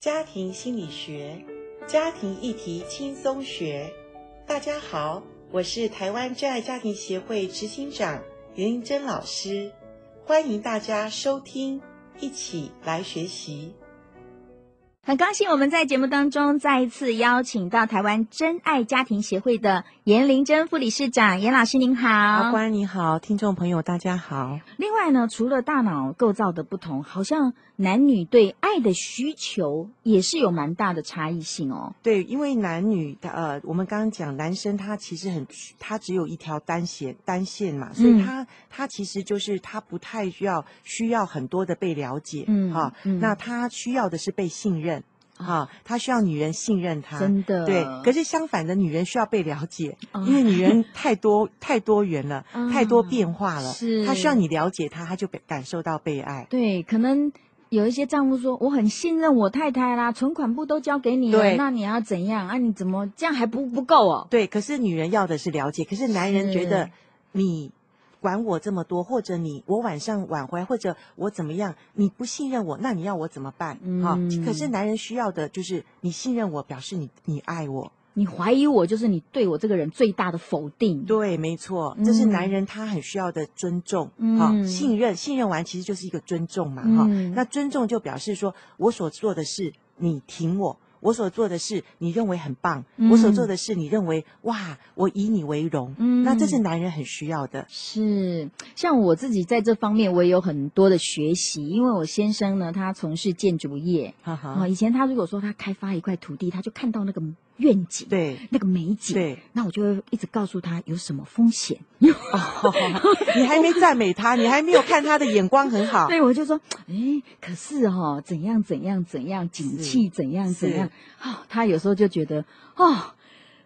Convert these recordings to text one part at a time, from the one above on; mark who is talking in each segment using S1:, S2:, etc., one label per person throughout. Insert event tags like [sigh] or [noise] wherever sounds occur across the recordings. S1: 家庭心理学，家庭议题轻松学。大家好，我是台湾真爱家庭协会执行长袁英珍老师，欢迎大家收听，一起来学习。
S2: 很高兴我们在节目当中再一次邀请到台湾真爱家庭协会的严玲珍副理事长，严老师您
S1: 阿
S2: 好。
S1: 关你好，听众朋友大家好。
S2: 另外呢，除了大脑构造的不同，好像男女对爱的需求也是有蛮大的差异性哦。
S1: 对，因为男女他呃，我们刚刚讲男生他其实很他只有一条单线单线嘛，所以
S2: 嗯
S1: 他、他其实就是他不太需要需要很多的被了解，
S2: 嗯
S1: 哈、
S2: 嗯
S1: 那他需要的是被信任，
S2: 啊
S1: 哈、他需要女人信任他。
S2: 真的，
S1: 对，可是相反的，女人需要被了解，
S2: 哦
S1: 因为女人太多太多元了，太多
S2: [laughs] 啊
S1: 变化了，
S2: 是
S1: 她需要你了解她，她就被感受到被爱。
S2: 嗯对，可能有一些丈夫说我很信任我太太啦，存款簿都交给你了
S1: 对，
S2: 那你要怎样啊？你怎么这样还不不够哦？
S1: 对，可是女人要的是了解，可是男人觉得
S2: 是
S1: 你管我这么多，或者你我晚上晚回来，或者我怎么样，你不信任我，那你要我怎么办？啊、
S2: 嗯
S1: 可是男人需要的就是你信任我，表示你你爱我。
S2: 你怀疑我，就是你对我这个人最大的否定。
S1: 对，没错，这是
S2: 嗯
S1: 男人他很需要的尊重，哈、
S2: 嗯
S1: 信任，信任完其实就是一个尊重嘛，啊哈、
S2: 嗯
S1: 那尊重就表示说我所做的事你挺我，我所做的事你认为很棒，我所
S2: 嗯
S1: 做的事你认为哇，我以你为荣，
S2: 嗯
S1: 那这是男人很需要的，
S2: 是，像我自己在这方面，我也有很多的学习，因为我先生呢，他从事建筑业，
S1: 哈
S2: 啊、
S1: 哈，
S2: 以前他如果说他开发一块土地，他就看到那个愿景，，
S1: 对
S2: 那个美景，， [laughs]
S1: 对，
S2: 那我就会一直告诉他有什么风险，
S1: 你还没赞美他，你还没有看他的眼光很好，
S2: 对，我就说，哎，可是哦，怎样怎样怎样，景
S1: 是
S2: 气怎样怎
S1: 是
S2: 样，哦，他有时候就觉得，哦，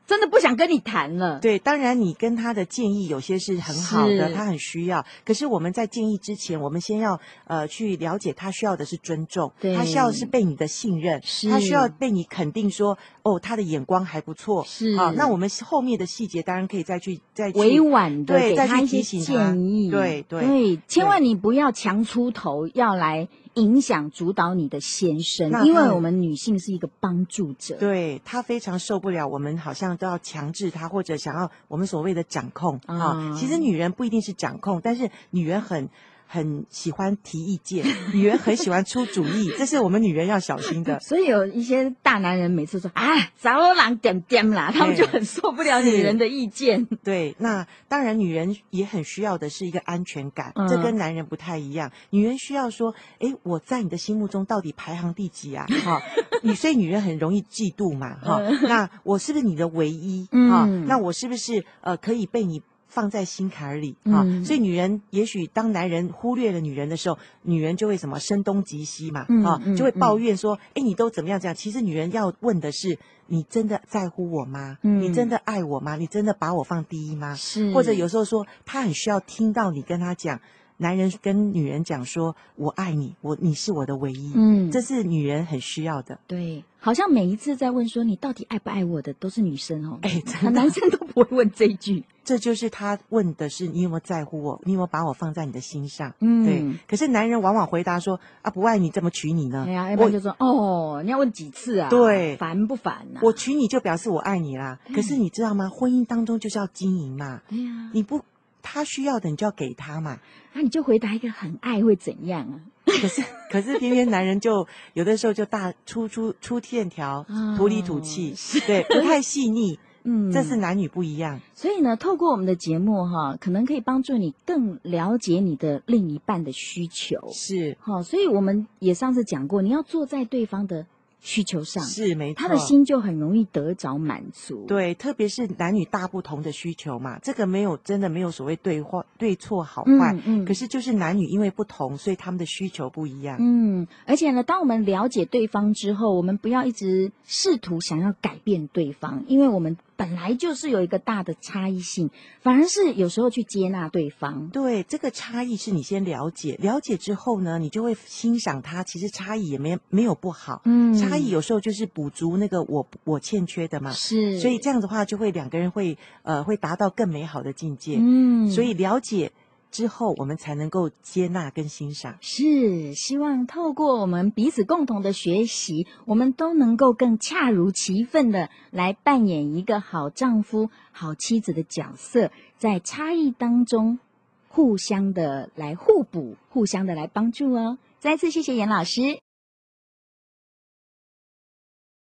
S2: 真的不想跟你谈了，
S1: 对，当然你跟他的建议有些是很好的，
S2: 是
S1: 他很需要。可是我们在建议之前，我们先要呃去了解他需要的是尊重，
S2: 对
S1: 他需要是被你的信任，
S2: 是
S1: 他需要被你肯定说哦，他的眼光还不错。
S2: 是
S1: 啊，那我们后面的细节当然可以再去再去
S2: 委婉的
S1: 对
S2: 给
S1: 再
S2: 他
S1: 去
S2: 一些
S1: 提醒他
S2: 建议，
S1: 对对
S2: 千万你不要强出头，要来影响主导你的先
S1: 那
S2: 生，因为
S1: 他
S2: 我们女性是一个帮助者，
S1: 对他非常受不了，我们好像都要强制他，或者想要我们所谓的掌控啊、
S2: 啊
S1: 其实女人不一定是掌控，但是女人很很喜欢提意见，女人很喜欢出主意，这是我们女人要小心的。
S2: 所以有一些大男人每次说啊，咱们郎点点啦，他们
S1: 对
S2: 就很受不了
S1: 是
S2: 女人的意
S1: [laughs]
S2: 见。 [laughs]
S1: 对，那当然，女人也很需要的是一个安全感，
S2: 嗯
S1: 这跟男人不太一样。女人需要说，诶，我在你的心目中到底排行第几
S2: [laughs]
S1: 啊？哈、你所以女人很容易嫉妒嘛，哈、
S2: 嗯
S1: 那我是不是你的唯一？
S2: 嗯
S1: 哈、那我是不是呃可以被你？放在心坎儿里哈？
S2: 嗯
S1: 所以女人也许当男人忽略了女人的时候，女人就会什么声东击西嘛，
S2: 嗯
S1: 哈，
S2: 嗯
S1: 就会抱
S2: 嗯
S1: 怨说，诶，你都怎么样这样？其实女人要问的是，你真的在乎我吗？你
S2: 嗯
S1: 真的爱我吗？你真的把我放第一吗？
S2: 是
S1: 或者有时候说，他很需要听到你跟他讲，男人跟女人讲说，我爱你，我你是我的唯一，
S2: 嗯
S1: 这是女人很需要的。
S2: 对，好像每一次在问说你到底爱不爱我的都是女生哦，
S1: [laughs] 哎真的
S2: 男生都不会问这一
S1: [laughs]
S2: 句。
S1: 这就是他问的是你有没有在乎我，你有没有把我放在你的心上？对
S2: 嗯，，
S1: 可是男人往往回答说啊，不爱你怎么娶你呢？
S2: 哎呀，要不
S1: 我
S2: 然就说哦，你要问几次啊？
S1: 对
S2: 烦不烦呐、啊？
S1: 我娶你就表示我爱你啦。
S2: 嗯
S1: 可是你知道吗？婚姻当中就是要经营嘛，
S2: 对呀、
S1: 你不他需要的你就要给他嘛。
S2: 那啊你就回答一个很爱会怎样啊？
S1: 可是， [laughs] 可是偏偏男人就有的时候就大出出出欠条
S2: 啊，
S1: 土里土气，
S2: 是
S1: 对，不太细腻，
S2: [laughs] 嗯
S1: 这是男女不一样。
S2: 所以呢，透过我们的节目哈、可能可以帮助你更了解你的另一半的需求。
S1: 是
S2: 好、所以我们也上次讲过，你要坐在对方的需求上，
S1: 是没错，
S2: 他的心就很容易得着满足。，
S1: 对，特别是男女大不同的需求嘛，这个没有真的没有所谓对或对错好坏，
S2: 嗯嗯
S1: 可。是就是男女因为不同，所以他们的需求不一样。
S2: 嗯，而且呢，当我们了解对方之后，我们不要一直试图想要改变对方，因为我们本来就是有一个大的差异性，反而是有时候去接纳对方。
S1: 对，这个差异是你先了解，了解之后呢，你就会欣赏他。其实差异也没没有不好，
S2: 嗯
S1: 差异有时候就是补足那个我我欠缺的嘛。
S2: 是，
S1: 所以这样的话，就会两个人会呃会达到更美好的境界。
S2: 嗯，
S1: 所以了解之后，我们才能够接纳跟欣赏。
S2: 是希望透过我们彼此共同的学习，我们都能够更恰如其分的来扮演一个好丈夫、好妻子的角色，在差异当中互相的来互补，互相的来帮助哦。再次谢谢严老师。